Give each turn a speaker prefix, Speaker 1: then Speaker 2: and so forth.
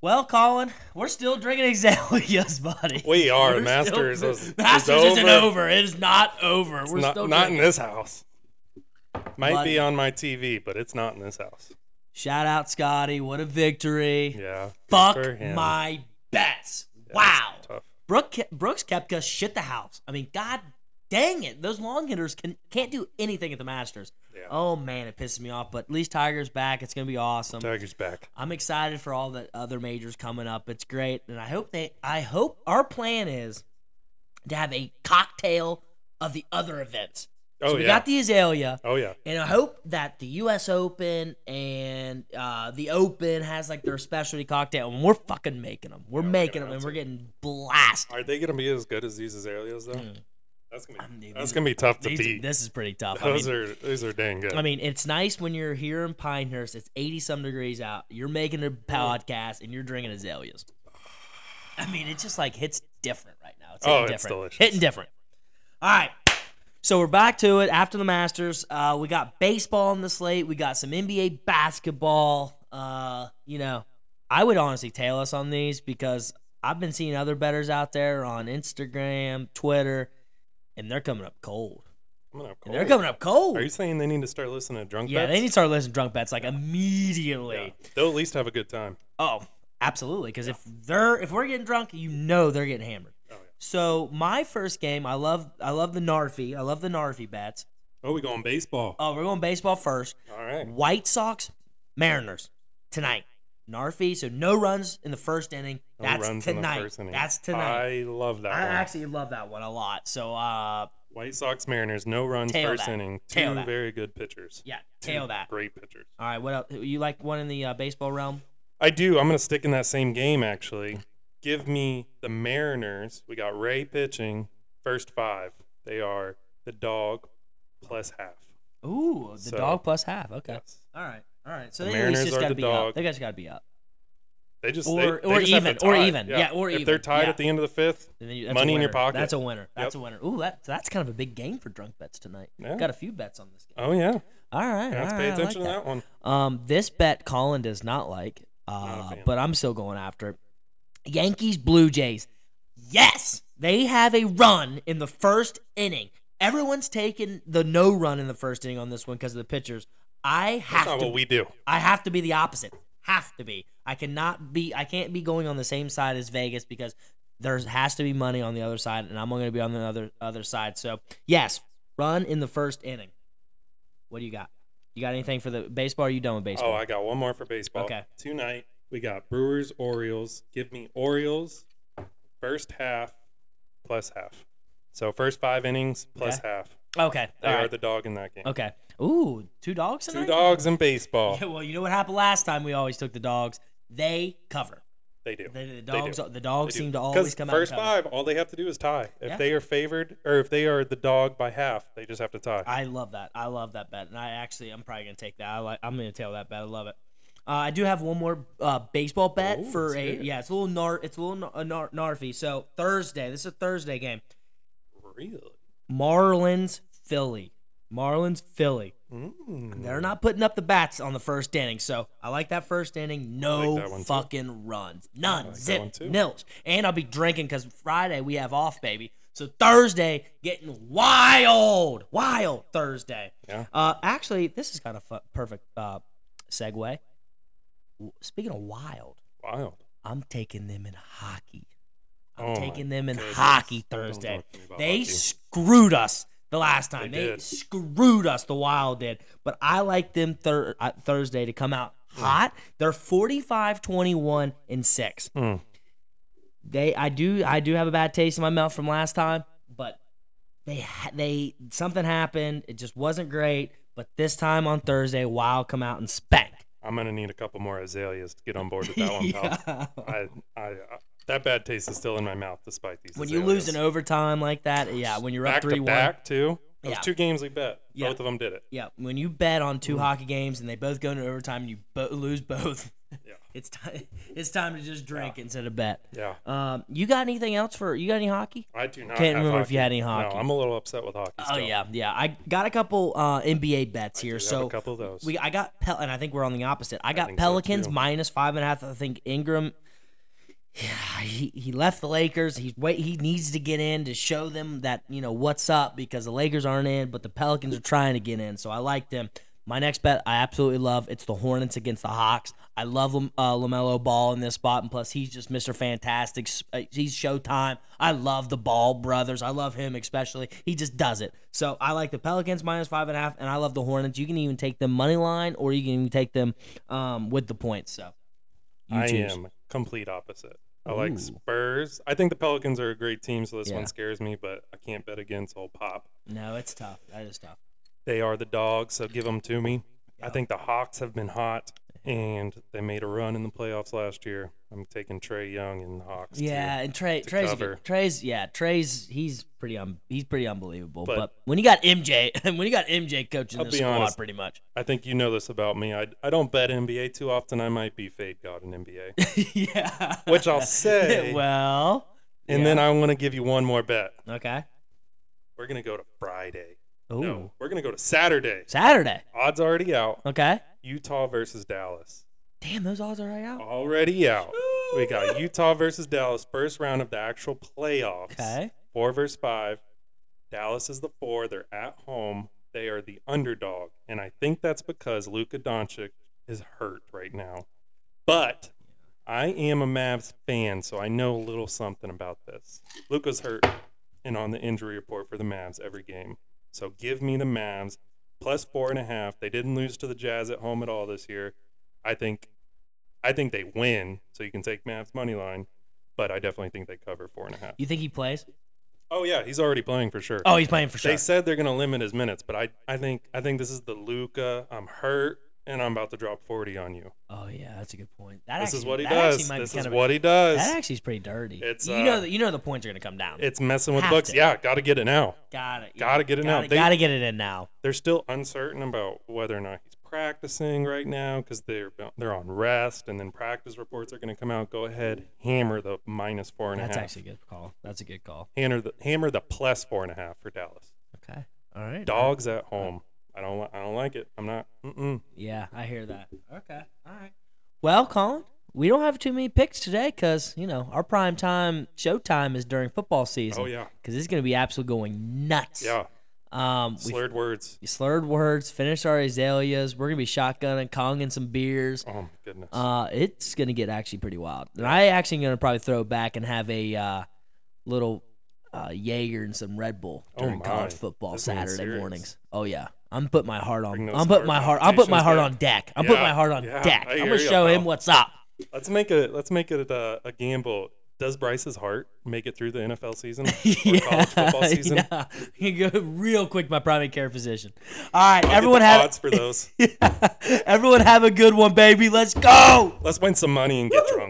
Speaker 1: Well, Colin, we're still drinking Exalia's, buddy.
Speaker 2: We are
Speaker 1: We're
Speaker 2: masters.
Speaker 1: Still,
Speaker 2: is,
Speaker 1: Masters
Speaker 2: is
Speaker 1: isn't over. It is not over.
Speaker 2: It's
Speaker 1: we're
Speaker 2: not,
Speaker 1: still
Speaker 2: not in
Speaker 1: drinking.
Speaker 2: this house. Might
Speaker 1: Buddy.
Speaker 2: be on my TV, but it's not in this house.
Speaker 1: Shout out, Scotty. What a victory.
Speaker 2: Yeah. good for
Speaker 1: Fuck
Speaker 2: him.
Speaker 1: my bets.
Speaker 2: Yeah,
Speaker 1: wow.
Speaker 2: it's tough.
Speaker 1: Brooke, Brooks Kepka shit the house. I mean, god dang it. Those long hitters can, can't do anything at the Masters.
Speaker 2: Yeah.
Speaker 1: Oh, man, it pisses me off. But at least Tiger's back. It's going to be awesome.
Speaker 2: Tiger's back.
Speaker 1: I'm excited for all the other majors coming up. It's great, and I hope they. I hope our plan is to have a cocktail of the other events.
Speaker 2: Oh
Speaker 1: so we
Speaker 2: yeah.
Speaker 1: got the Azalea,
Speaker 2: oh yeah.
Speaker 1: and I hope that the U.S. Open and uh, the Open has like their specialty cocktail, and we're fucking making them. We're
Speaker 2: Yeah, we're
Speaker 1: making
Speaker 2: gonna
Speaker 1: them, and
Speaker 2: have
Speaker 1: we're
Speaker 2: to.
Speaker 1: getting blasted.
Speaker 2: Are they gonna be as good as these Azaleas though? That's gonna
Speaker 1: Hmm. I'm-
Speaker 2: be,
Speaker 1: these
Speaker 2: that's
Speaker 1: are-
Speaker 2: gonna be tough to
Speaker 1: These-
Speaker 2: beat.
Speaker 1: this is pretty tough. I mean,
Speaker 2: Those are these are dang good.
Speaker 1: I mean, it's nice when you're here in Pinehurst. It's 80 some degrees out. You're making a podcast and you're drinking azaleas. I mean, it just like hits different right now. It's
Speaker 2: Oh,
Speaker 1: hitting
Speaker 2: it's
Speaker 1: different.
Speaker 2: delicious.
Speaker 1: Hitting different. All right. So we're back to it after the Masters. Uh, we got baseball on the slate. We got some NBA basketball. Uh, you know, I would honestly tail us on these because I've been seeing other betters out there on Instagram, Twitter, and they're coming up cold.
Speaker 2: I'm gonna have
Speaker 1: And they're
Speaker 2: cold.
Speaker 1: coming up cold.
Speaker 2: Are you saying they need to start listening to drunk
Speaker 1: Yeah,
Speaker 2: bets?
Speaker 1: they need to start listening to drunk bets like immediately.
Speaker 2: Yeah. They'll at least have a good time.
Speaker 1: Oh, absolutely. Because if they're if we're getting drunk, you know they're getting hammered.
Speaker 2: Oh, yeah.
Speaker 1: So my first game, I love I love the Narfi. I love the Narfi bets.
Speaker 2: Oh, we going baseball.
Speaker 1: Oh, we're going baseball first.
Speaker 2: All right.
Speaker 1: White Sox, Mariners tonight. Narfi, so no runs in the first inning.
Speaker 2: No
Speaker 1: That's
Speaker 2: runs in the
Speaker 1: tonight.
Speaker 2: first inning.
Speaker 1: That's tonight.
Speaker 2: I love that
Speaker 1: I,
Speaker 2: one.
Speaker 1: actually love that one a lot. So uh
Speaker 2: White Sox Mariners, no runs
Speaker 1: Tail
Speaker 2: first
Speaker 1: that.
Speaker 2: inning. Two
Speaker 1: Tail that.
Speaker 2: very good pitchers.
Speaker 1: yeah,
Speaker 2: Two
Speaker 1: tail that.
Speaker 2: Great pitchers.
Speaker 1: All right, what else? You like one in the uh, baseball realm?
Speaker 2: I do. I'm going to stick in that same game, actually. Give me the Mariners. We got Ray pitching, first five. They are the dog plus half.
Speaker 1: Ooh, the
Speaker 2: So-
Speaker 1: dog plus half. Okay.
Speaker 2: Yes.
Speaker 1: All right, all right. So
Speaker 2: The
Speaker 1: they at least
Speaker 2: Mariners
Speaker 1: just
Speaker 2: are
Speaker 1: got to
Speaker 2: the
Speaker 1: be up.
Speaker 2: dog.
Speaker 1: They just got to be up,
Speaker 2: They just
Speaker 1: Or-
Speaker 2: they- they
Speaker 1: or
Speaker 2: just have to
Speaker 1: even- or
Speaker 2: tie.
Speaker 1: even. Yeah, or
Speaker 2: if
Speaker 1: even.
Speaker 2: they're tied
Speaker 1: Yeah.
Speaker 2: at the end of the fifth,
Speaker 1: And then you- that's a
Speaker 2: money in your
Speaker 1: winner.
Speaker 2: pocket.
Speaker 1: That's a winner. That's
Speaker 2: Yep.
Speaker 1: a winner. Ooh, that, that's kind of a big game for drunk bets tonight.
Speaker 2: Yeah.
Speaker 1: Got a few bets on this game.
Speaker 2: oh yeah,
Speaker 1: All right,
Speaker 2: yeah
Speaker 1: all
Speaker 2: let's
Speaker 1: right,
Speaker 2: pay
Speaker 1: Ah, I like
Speaker 2: attention to that
Speaker 1: that.
Speaker 2: one.
Speaker 1: Um, this bet Colin does not like, uh,
Speaker 2: Not a fan.
Speaker 1: but I'm still going after it. Yankees Blue Jays. Yes, they have a run in the first inning. Everyone's taking the no run in the first inning on this one because of the pitchers. I have
Speaker 2: That's not
Speaker 1: to
Speaker 2: what we do.
Speaker 1: I have to be the opposite. Have to be. I cannot be. I can't be going on the same side as Vegas because there has to be money on the other side, and I'm going to be on the other other side. So yes, run in the first inning. What do you got? You got anything for the baseball? Or are you done with baseball?
Speaker 2: Oh, I got one more for baseball.
Speaker 1: Okay.
Speaker 2: Tonight we got Brewers Orioles. Give me Orioles first half plus half. So first five innings plus
Speaker 1: Okay.
Speaker 2: half.
Speaker 1: okay.
Speaker 2: They
Speaker 1: all
Speaker 2: are
Speaker 1: right.
Speaker 2: the dog in that game.
Speaker 1: okay. Ooh, two dogs
Speaker 2: Two
Speaker 1: tonight.
Speaker 2: dogs in baseball.
Speaker 1: Yeah, well, you know what happened last time? We always took the dogs. They cover.
Speaker 2: They do.
Speaker 1: The, the
Speaker 2: They
Speaker 1: dogs.
Speaker 2: do.
Speaker 1: The
Speaker 2: They
Speaker 1: dogs
Speaker 2: do.
Speaker 1: seem to
Speaker 2: 'Cause
Speaker 1: always come out. and
Speaker 2: First
Speaker 1: cover.
Speaker 2: five, all they have to do is tie. If
Speaker 1: Yeah.
Speaker 2: they are favored, or if they are the dog by half, they just have to tie.
Speaker 1: I love that. I love that bet, and I actually I'm probably gonna take that. I like I'm gonna tail that bet. I love it. Uh, I do have one more uh, baseball bet
Speaker 2: Ooh,
Speaker 1: for
Speaker 2: Oh, let's
Speaker 1: a
Speaker 2: hear it.
Speaker 1: yeah. It's a little nar. It's a little nar- nar- narfy. So Thursday, this is a Thursday game.
Speaker 2: really?
Speaker 1: Marlins Philly. Marlins Philly.
Speaker 2: Mm.
Speaker 1: They're not putting up the bats on the first inning, so I like that first inning. No
Speaker 2: that one too.
Speaker 1: fucking runs, none,
Speaker 2: that one
Speaker 1: zip,
Speaker 2: too.
Speaker 1: nils, and I'll be drinking because Friday we have off, baby. So Thursday, getting wild, wild Thursday.
Speaker 2: Yeah.
Speaker 1: Uh, actually, this is kind of fu- perfect uh, segue. W- Speaking of wild,
Speaker 2: Wild.
Speaker 1: I'm taking them in hockey. I'm
Speaker 2: Oh my
Speaker 1: taking them in
Speaker 2: goodness.
Speaker 1: hockey
Speaker 2: Don't
Speaker 1: Thursday.
Speaker 2: talk to me about
Speaker 1: They
Speaker 2: hockey.
Speaker 1: screwed us the last time.
Speaker 2: They
Speaker 1: They,
Speaker 2: did.
Speaker 1: screwed us. The Wild did. But I like them thir- uh, Thursday to come out
Speaker 2: Hmm.
Speaker 1: hot. They're 45 21 and 6.
Speaker 2: Mm.
Speaker 1: They I do I do have a bad taste in my mouth from last time, but they ha- they something happened. It just wasn't great, but this time on Thursday Wild come out and spank.
Speaker 2: I'm gonna need a couple more azaleas to get on board with that one, pal. I, I, I- that bad taste is still in my mouth despite these.
Speaker 1: when you lose in
Speaker 2: azaleas.
Speaker 1: overtime like that, yeah, when you're
Speaker 2: back
Speaker 1: up three
Speaker 2: to
Speaker 1: one,
Speaker 2: back too. Those
Speaker 1: Yeah.
Speaker 2: two games we bet.
Speaker 1: Yeah.
Speaker 2: Both of them did it.
Speaker 1: yeah, when you bet on
Speaker 2: Mm.
Speaker 1: two hockey games and they both go into overtime and you bo- lose both,
Speaker 2: Yeah.
Speaker 1: it's time it's time to just drink instead of bet.
Speaker 2: Yeah.
Speaker 1: Um, you got anything else for you got any hockey?
Speaker 2: I do not.
Speaker 1: Can't
Speaker 2: have
Speaker 1: remember if
Speaker 2: hockey.
Speaker 1: you had any
Speaker 2: No,
Speaker 1: hockey.
Speaker 2: I'm a little upset with hockey.
Speaker 1: oh
Speaker 2: still.
Speaker 1: yeah, yeah. I got a couple uh, NBA bets
Speaker 2: Do
Speaker 1: here,
Speaker 2: have
Speaker 1: so
Speaker 2: a couple of those.
Speaker 1: we I got Pel and I think we're on the opposite. I got
Speaker 2: think so,
Speaker 1: Pelicans
Speaker 2: too.
Speaker 1: minus five and a half. I think Ingram yeah, he, he left the Lakers. He's wait he needs to get in to show them that, you know, what's up because the Lakers aren't in, but the Pelicans are trying to get in. So I like them. My next bet I absolutely love. It's the Hornets against the Hawks. I love Lam- uh, LaMelo Ball in this spot and plus he's just Mr. Fantastic. S- uh, He's Showtime. I love the Ball brothers. I love him especially. He just does it. So I like the Pelicans minus five and a half and I love the Hornets. You can even take them money line or you can even take them um, with the points. So you
Speaker 2: I
Speaker 1: choose.
Speaker 2: am complete opposite. I like
Speaker 1: Ooh.
Speaker 2: Spurs. I think the Pelicans are a great team, so this
Speaker 1: Yeah.
Speaker 2: one scares me, but I can't bet against old Pop.
Speaker 1: No, it's tough. That is tough.
Speaker 2: They are the dogs, so give them to me. I
Speaker 1: Yeah.
Speaker 2: think the Hawks have been hot, and they made a run in the playoffs last year. I'm taking Trey Young and the Hawks. too.
Speaker 1: Yeah, and Trey,
Speaker 2: to
Speaker 1: Trey's, a
Speaker 2: cover.
Speaker 1: good, Trey's, yeah, Trey's, he's pretty, un, he's pretty unbelievable.
Speaker 2: But-
Speaker 1: But, when you got MJ, when you got MJ coaching
Speaker 2: I'll
Speaker 1: this
Speaker 2: be
Speaker 1: squad,
Speaker 2: honest.
Speaker 1: pretty much,
Speaker 2: I think you know this about me. I, I don't bet NBA too often. I might be fade god in NBA.
Speaker 1: yeah.
Speaker 2: Which I'll say.
Speaker 1: well,
Speaker 2: and then I want to give you one more bet.
Speaker 1: okay.
Speaker 2: We're going to go to Friday.
Speaker 1: Ooh,
Speaker 2: No, we're going to go to Saturday.
Speaker 1: Saturday.
Speaker 2: Odds already out.
Speaker 1: Okay.
Speaker 2: Utah versus Dallas.
Speaker 1: Damn, those odds are right out.
Speaker 2: Oh. Already out. We got Utah versus Dallas, first round of the actual playoffs.
Speaker 1: Okay.
Speaker 2: Four versus five. Dallas is the four. They're at home. They are the underdog. And I think that's because Luka Doncic is hurt right now. But I am a Mavs fan, so I know a little something about this. Luka's hurt and on the injury report for the Mavs every game. So give me the Mavs plus four and a half. They didn't lose to the Jazz at home at all this year. I think I think they win, so you can take Mavs money line, but I definitely think they cover four and a half.
Speaker 1: You think he plays?
Speaker 2: Oh yeah, he's already playing for sure.
Speaker 1: Oh, he's playing for sure.
Speaker 2: they said they're gonna limit his minutes, but I, I think I think this is the Luca. I'm hurt and I'm about to drop forty on you.
Speaker 1: oh yeah, that's a good point. That
Speaker 2: this
Speaker 1: actually,
Speaker 2: is what he
Speaker 1: that actually
Speaker 2: does.
Speaker 1: might be
Speaker 2: This
Speaker 1: kind
Speaker 2: is
Speaker 1: of-
Speaker 2: what he does.
Speaker 1: That actually is pretty dirty.
Speaker 2: It's,
Speaker 1: you
Speaker 2: uh,
Speaker 1: know that you know the points are gonna come down.
Speaker 2: it's messing with
Speaker 1: Have
Speaker 2: Bucks.
Speaker 1: to.
Speaker 2: Yeah, gotta get it now.
Speaker 1: got it.
Speaker 2: gotta get it
Speaker 1: gotta,
Speaker 2: out. They-
Speaker 1: gotta get it in now.
Speaker 2: They're still uncertain about whether or not he's practicing right now because they're they're on rest, and then practice reports are gonna come out. Go ahead, hammer the minus four and a half.
Speaker 1: That's actually a good call. That's a good call.
Speaker 2: hammer the hammer the plus four and a half for Dallas.
Speaker 1: Okay. All right.
Speaker 2: Dogs at home. I don't li- I don't like it. I'm not. Mm-mm.
Speaker 1: Yeah, I hear that. Okay. All right. Well, Colin, we don't have too many picks today because, you know, our prime time show time is during football season.
Speaker 2: Oh yeah,
Speaker 1: Because it's going to be absolutely going nuts.
Speaker 2: yeah.
Speaker 1: Um, we
Speaker 2: Slurred words.
Speaker 1: we slurred words, finished our azaleas. We're going to be shotgunning, conging some beers.
Speaker 2: Oh my goodness.
Speaker 1: Uh, it's going to get actually pretty wild. And I actually going to probably throw back and have a uh, little uh, Jaeger and some Red Bull
Speaker 2: Oh
Speaker 1: during
Speaker 2: my.
Speaker 1: college football
Speaker 2: This one's
Speaker 1: Saturday
Speaker 2: serious.
Speaker 1: mornings. Oh yeah. I'm putting my heart
Speaker 2: Bring
Speaker 1: on.
Speaker 2: those
Speaker 1: I'm putting
Speaker 2: hard
Speaker 1: my heart. I'm putting my heart on
Speaker 2: conversations
Speaker 1: deck. I'm
Speaker 2: Yeah,
Speaker 1: putting my heart on
Speaker 2: yeah,
Speaker 1: deck.
Speaker 2: I
Speaker 1: I'm
Speaker 2: hear
Speaker 1: gonna
Speaker 2: ya,
Speaker 1: show him
Speaker 2: pal.
Speaker 1: what's up.
Speaker 2: let's make it. Let's make it a, a gamble. Does Bryce's heart make it through the NFL season or college football season?
Speaker 1: yeah. You go real quick, my primary care physician. All right, everyone
Speaker 2: Get the
Speaker 1: have
Speaker 2: odds for those.
Speaker 1: everyone have a good one, baby. Let's go.
Speaker 2: Let's win some money and get drunk.